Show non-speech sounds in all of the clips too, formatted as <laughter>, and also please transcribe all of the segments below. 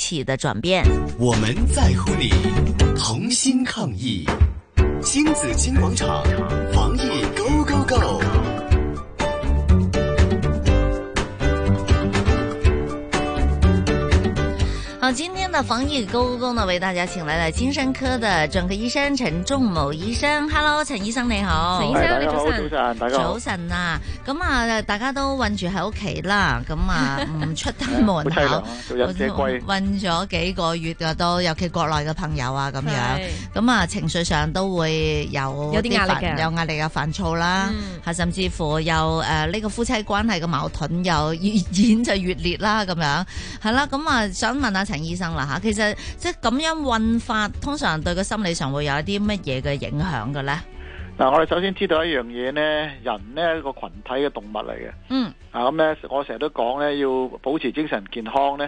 起的轉變。我們在乎你，同心抗疫，星子金廣場防疫 Go Go Go。好，今天的防疫 Go Go Go 呢，為大家請來了精神科的專科醫生陳仲謀醫生。Hello，陳醫生你好。陳醫生，你早晨。早晨，大家好。早晨啊，咁啊，大家都困住喺屋企啦，咁 <laughs> 啊唔出得門口，困咗幾個月啊，都尤其國內嘅朋友啊咁樣，咁啊情緒上都會有有啲壓力嘅，有壓力啊，嗯煩躁啦，係甚至乎又誒呢個夫妻關係嘅矛盾又越 <laughs> 演就越烈啦咁樣，係啦，咁啊想問下陳醫生啦嚇，其實即係咁樣困法，通常對個心理上會有一啲乜嘢嘅影響嘅咧？嗱，我哋首先知道一樣嘢呢，人呢係個群體嘅動物嚟嘅。嗯。啊，咁呢，我成日都講呢，要保持精神健康呢，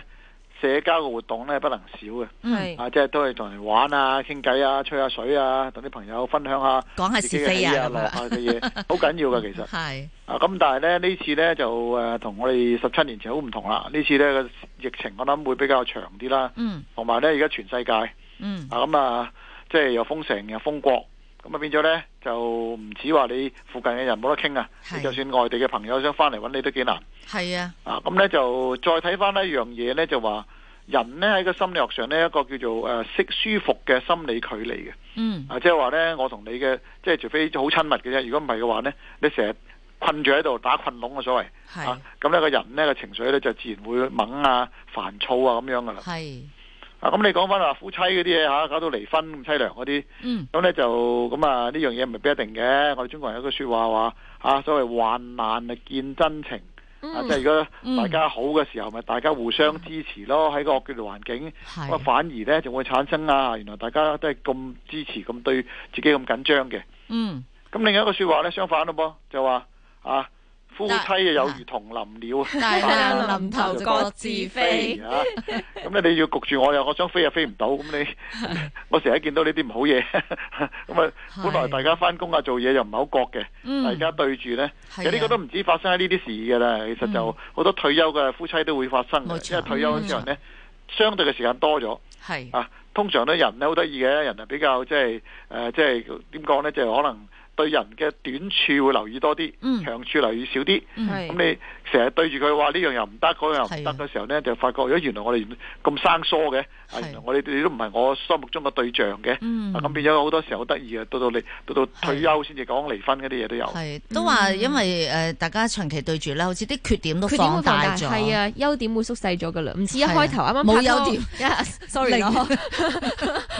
社交嘅活動呢不能少嘅。係。啊，即係都係同人玩啊、傾偈啊、吹下水啊，同啲朋友分享下講下是非啊、落下嘅嘢，好緊要嘅其實。係。啊，咁但係呢，呢次呢就誒同我哋十七年前好唔同啦。呢次呢個疫情我諗會比較長啲啦。嗯。同埋呢，而家全世界啊嗯。咁啊，即係又封城又封國。咁啊變咗呢，就唔止話你附近嘅人冇得傾啊，係你就算外地嘅朋友想翻嚟揾你都幾難係啊。啊！咁呢，就再睇翻一樣嘢呢，就話人呢喺個心理學上呢，一個叫做誒適舒服嘅心理距離嘅嗯。啊，即係話呢，我同你嘅即係除非好親密嘅啫，如果唔係嘅話呢，你成日困住喺度打困籠嘅所謂係啊，咁呢個人呢個情緒呢，就自然會猛啊、煩躁啊咁樣噶啦係。啊！咁你講翻話夫妻嗰啲嘢嚇，搞到離婚咁凄涼嗰啲。嗯。咁咧就咁啊，呢樣嘢唔係必一定嘅。我哋中國人有句説話話啊，所謂患難啊見真情。嗯嗯啊，即係如果大家好嘅時候，咪、大家互相支持咯。喺個惡劣環境，嗯係咁啊反而呢就會產生啊，原來大家都係咁支持、咁對自己咁緊張嘅。嗯。咁另一個説話呢，相反咯噃，就話啊，夫妻啊有如同林鳥，但 <laughs> 係啊，林頭就各自飛。啊！咁咧你要焗住我又，我想飛又飛唔到，咁 <laughs> 你我成日見到呢啲唔好嘢， <laughs> 咁啊係本來大家翻工啊做嘢又唔係好覺嘅，嗯大家對住呢，其係啊嗯實呢個都唔止發生喺呢啲事㗎啦，其實就好多退休嘅夫妻都會發生冇嘅，錯因為退休之後呢，相對嘅時間多咗。係。啊，通常咧人咧好得意嘅，人係比較即係呃誒，即係點講咧，就係可能對人嘅短處會留意多啲，嗯長處留意少啲。嗯咁你成日對住佢話呢樣又唔得，嗰樣又係唔啊得嘅時候咧，就發覺咦原來我哋咁生疏嘅，啊係原來我哋你都唔係我心目中嘅對象嘅。嗯啊咁變咗好多時候好得意嘅，到到你到到退休先至講離婚嗰啲嘢都有。係都話，因為誒大家長期對住咧，好似啲缺點都嗯缺點會放放大大咗，啊係，啊，優點會縮細咗噶啦，唔似一開頭啱啱冇拍拖優 <laughs> 點，sorry 零咯，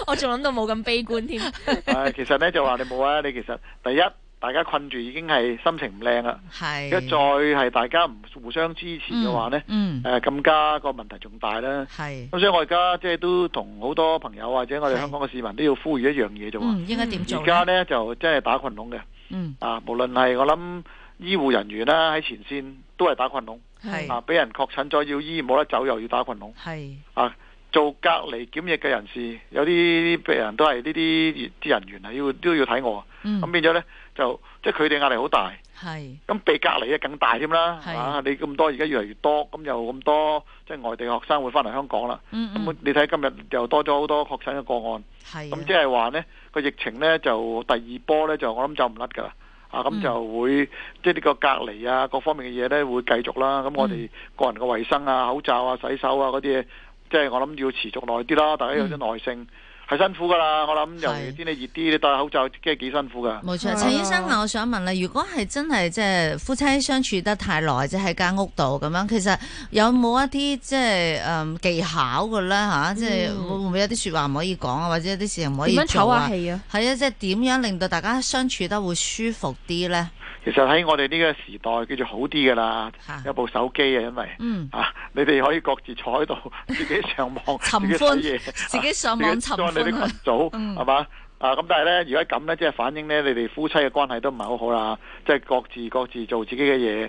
我 <laughs> 仲諗到冇咁悲觀添，啊其實咧就話你冇啊，你其實第一大家困住已經係心情唔靚啦，係。而家再係大家唔互相支持嘅話咧。嗯，嗯，誒更加個問題仲大啦。係，咁所以我而家即係都同好多朋友或者我哋係香港嘅市民都要呼籲一樣嘢啫喎。嗯，應該點做而家咧？呢，就真係打群籠嘅嗯，啊，無論係我諗醫護人員啦喺前線都係打群籠係啊，俾人確診咗要醫冇得走又要打群籠係，啊。做隔離檢疫嘅人士，有啲病人都係呢啲啲人員係要都要睇我，嗯咁，變咗呢，就即係佢哋壓力好大。係，咁被隔離嘅更大添啦，係啊！你咁多而家越嚟越多，咁又咁多即係外地嘅學生會翻嚟香港啦。嗯咁、嗯，你睇今日又多咗好多確診嘅個案，係啊，咁即係話呢個疫情呢，就第二波呢，就我諗就唔甩㗎啦。啊，嗯咁就會即係呢個隔離啊，各方面嘅嘢呢會繼續啦。嗯咁我哋個人嘅衞生啊、口罩啊、洗手啊嗰啲嘢，即係我諗要持續耐啲啦。大家有啲耐性，係、辛苦㗎啦。我諗尤嗯係其天氣熱啲，你戴口罩即係幾辛苦㗎。冇錯，係陳醫生啊，我想問啦，如果係真係即係夫妻相處得太耐，即係喺間屋度咁樣，其實有冇一啲即係誒技巧嘅咧吓？即係嗯會唔會有啲説話唔可以講啊，或者有啲事唔可以點樣唞做下啊？氣啊？係啊，即係點樣令到大家相處得會舒服啲咧？其實喺我哋呢個時代叫做好啲㗎啦嚇，有部手機啊，因為嗯，啊，你哋可以各自坐喺度， <laughs> 自己上網，尋自己歡睇嘢，啊自己上網尋自己 join 你歡啲啊群組嗯係嘛？啊，咁但係呢，如果咁呢，即係反映呢，你哋夫妻嘅關係都唔係好好啦，即係各自各自做自己嘅嘢。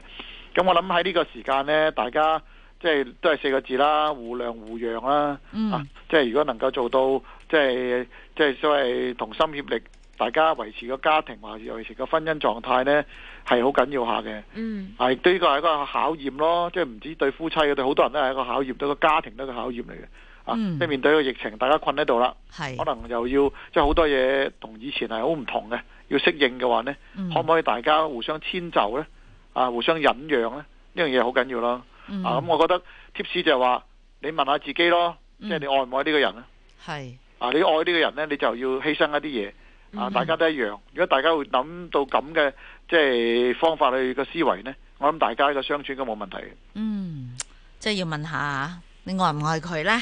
咁我諗喺呢個時間呢，大家即係都係四個字啦，互諒互讓啦。啊嗯，即係如果能夠做到，即係即係所謂同心協力，大家維持個家庭或者維持個婚姻狀態呢，係好緊要下嘅。嗯，係對呢個係一個考驗咯，即係唔止對夫妻嘅，對好多人都係一個考驗，對個家庭都係一個考驗嚟嘅。啊，嗯即係面對個疫情，大家困喺度啦，係可能又要即係好多嘢同以前係好唔同嘅，要適應嘅話呢，嗯可唔可以大家互相遷就呢？啊，互相忍讓呢？呢樣嘢好緊要咯。嗯啊，咁我覺得 tips 就係話，你問下自己咯，即係你愛唔愛呢個人咧？嗯係啊，你愛呢個人呢，你就要犧牲一啲嘢。啊，嗯大家都一樣。如果大家會諗到咁嘅即係方法去個思維呢，我諗大家嘅相處應該冇問題嘅。嗯，即係要問下你愛唔愛佢咧？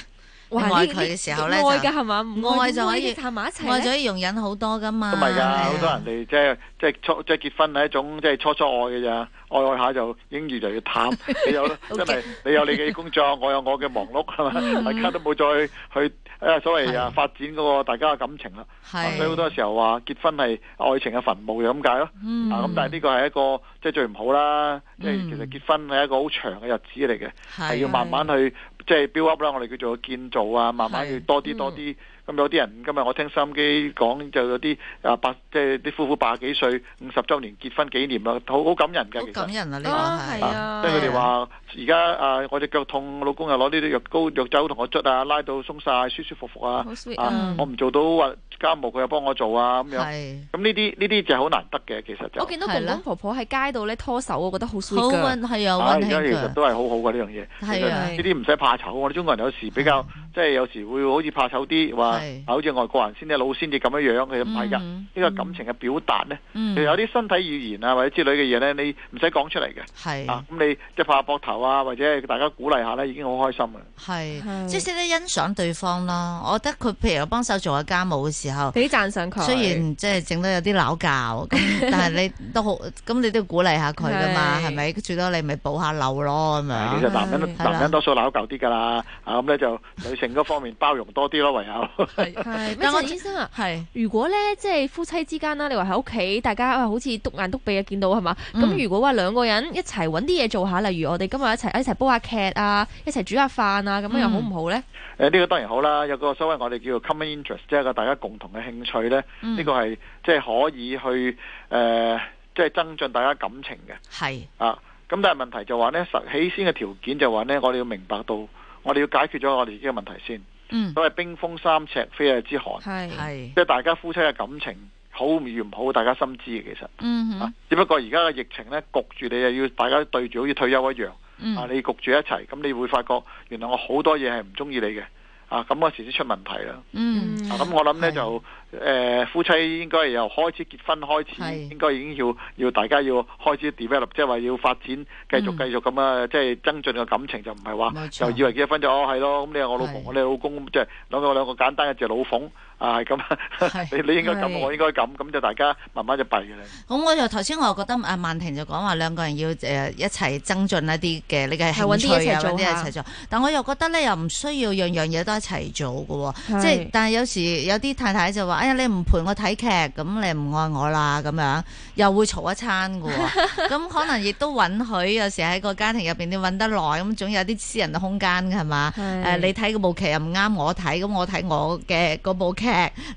哇！愛呢佢嘅時候咧呢愛就嘅係嘛？唔愛就可以點可以撐埋一齊呢啊愛咗要容忍好多噶嘛，都唔係㗎，好係多啊人哋即係即係初即係結婚係一種即係初初愛嘅咋，愛愛下就已經越嚟越淡。你有真係你有你嘅工作，我有我嘅忙碌，係嘛？大家都冇再去誒所謂啊係發展嗰個大家嘅感情啦。啊係所以好多時候話結婚係愛情嘅墳墓就咁解咯。嗯啊，咁但係呢個係一個即係最唔好啦，即係其實結婚係一個好長嘅日子嚟嘅，係要慢慢去即係 build up 啦，我哋叫做建造啊，慢慢係嗯要多啲多啲。咁有啲人今日我聽收音機講就有啲啊八即係啲夫婦八十幾歲五十週年結婚紀念啦，好好感人㗎好其實感。人啊！呢啊個係係啊即係佢哋話而家啊，我隻腳痛，我老公又攞呢啲藥膏藥酒同我捽啊，拉到鬆晒，舒舒服服啊好 sweet 啊啊！嗯我唔做到啊家務，佢又幫我做啊咁樣。係咁呢啲呢啲就好難得嘅，其實就我見到係公啦公婆婆喺街度咧拖手，我覺得好 sweet 好㗎温係啊温啊而馨家其實㗎，都係好好嘅呢樣嘢。其實係啊呢啲唔使怕醜，我哋中國人有時比較即係有時會好似怕醜啲，話係啊好似外國人先至老先至咁樣樣，其實唔係㗎。嗯呢個感情嘅表達呢，嗯其實有啲身體語言啊或者之類嘅嘢呢，你唔使講出嚟嘅。啊係，咁你即係拍下膊頭啊，或者大家鼓勵下呢，已經好開心嘅。係係即係識得欣賞對方咯。我覺得佢譬如幫手做下家務嘅時候。你讚賞佢。雖然即係整得有啲鬧教，咁但係你都好，咁你都要鼓勵下佢噶嘛，係係咪？最多你咪補下漏咯咁啊其樣實。男人係啦男人多數鬧舊啲㗎啦，啊咁呢就女性嗰方面包容多啲咯，唯有。係咩但我陳醫生啊？係如果咧，即係夫妻之間啦，你話喺屋企，大家啊好似篤眼篤鼻啊，見到係嘛？咁、嗯如果話兩個人一齊揾啲嘢做下，例如我哋今日一齊一齊煲下劇啊，一齊煮下飯啊，咁樣又嗯好唔好咧？誒呃呢個當然好啦，有個所謂我哋叫做 common interest，即係一個大家共同嘅興趣呢。嗯呢個係即係可以去誒、呃即係增進大家感情嘅係啊。咁但係問題就話呢，實起先嘅條件就話呢，我哋要明白到，我哋要解決咗我哋自己嘅問題先。嗯所謂冰封三尺，非一日之寒，係係即係大家夫妻嘅感情好與唔好，大家心知嘅其實。嗯啊哼，只不過而家嘅疫情呢，焗住你又要大家對住好似退休一樣。啊！嗯你焗住一齊，咁你會發覺原來我好多嘢係唔中意你嘅，啊咁嗰時先出問題啦。嗯啊咁我諗係呢，就誒、呃夫妻應該係由開始結婚開始係，應該已經要要大家要開始 develop，即係話要發展，繼續嗯繼續咁啊，即係增進個感情就唔係話冇就錯以為結咗婚就哦係咯，咁你係我老婆係，我哋老公，即係兩個兩個簡單嘅就老馮啊係咁，係 <laughs> 你你應該咁，係我應該咁，咁就大家慢慢就弊嘅啦。咁我就頭先我又覺得阿曼婷就講話兩個人要誒一齊增進一啲嘅呢個興趣係搵啲一啊，齊做揾啲一下齊做。但我又覺得咧又唔需要樣樣嘢都一齊做嘅係喎，即係但係有時有啲太太就話：哎呀，你唔陪我睇劇，咁你唔愛我啦咁樣，又會嘈一餐嘅 <laughs> 喎。咁可能亦都允許有時喺個家庭入邊你揾得耐，咁總有啲私人嘅空間嘅係嘛？誒、嗯呃你睇嗰部劇又啊唔啱我睇，咁我睇我嘅嗰部劇，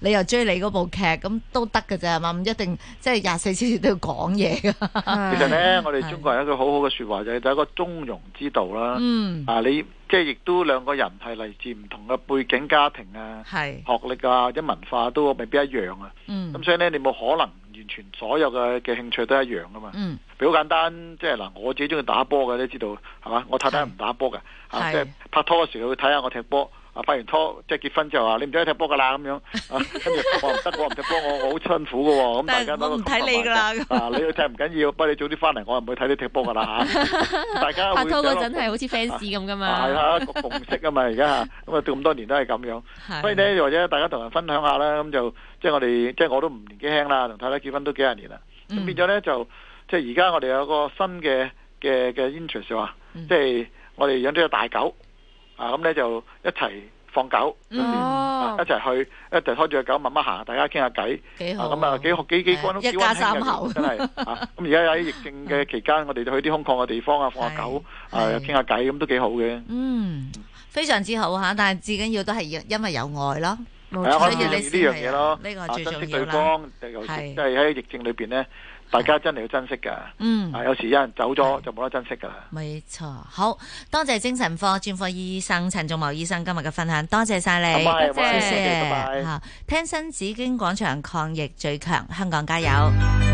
你又追你嗰部劇，咁都得嘅啫係嘛，唔一定即係廿四小時都要講嘢噶。其其實呢，我哋中國人有一句好好嘅説話就係就係一個中庸之道啦。 <laughs> 嗯，啊，你即係亦都兩個人係嚟自唔同嘅背景、家庭啊、係，學歷啊或者文化都未必一樣啊。嗯咁所以呢，你冇可能完全所有嘅嘅興趣都一樣噶嘛。嗯，譬如好簡單，即係嗱，我自己中意打波嘅，你知道係嘛？我太太唔打波嘅，啊係即係拍拖嘅時候佢會睇下我踢波。啊！拍完拖即係結婚之後話啊你唔使踢波㗎啦咁樣，啊 <laughs> 跟住我話唔得，我唔踢波，我我好辛苦嘅喎。咁大但係家都我唔睇你㗎啦咁啊！你去踢唔緊要，不過你早啲翻嚟，我唔會睇你踢波㗎 <laughs> 啦嚇。大家會拍拖嗰有一陣個係好似 fans 咁噶啊，係嘛？啦，個共識啊嘛，而 <laughs> 家嚇咁啊，咁多年都係咁樣，係所以咧，或者大家同人分享下啦，咁就即係我哋，即係我都唔年紀輕啦，同太太結婚都幾廿年啦，咁嗯變咗咧就即係而家我哋有個新嘅嘅嘅 interest 話，嗯即係我哋養咗只大狗，啊咁咧就一齊放狗，嗯有時哦啊一，齊去，一齊拖住只狗慢慢行，大家傾下偈。幾啊好。咁啊，幾好幾幾關都一幾家溫馨三口嘅，真係 <laughs> 啊！咁而家喺疫症嘅期間，我哋就去啲空曠嘅地方啊，放下狗係啊，係又傾下偈，咁都幾好嘅。嗯，非常之好嚇，但係至緊要都係因因為有愛咯。冇係啊，所我以諗你呢先係樣嘢咯，呢個啊最珍惜重要對啦方，尤其係即係喺疫症裏邊呢，大家真係要珍惜㗎。嗯，啊，有時有人走咗就冇得珍惜㗎啦。冇錯。好多謝精神科專科醫生陳仲謀醫生今日嘅分享，多謝晒你，咁啊謝多謝謝。拜拜好，聽新紫荊廣場抗疫最強，香港加油！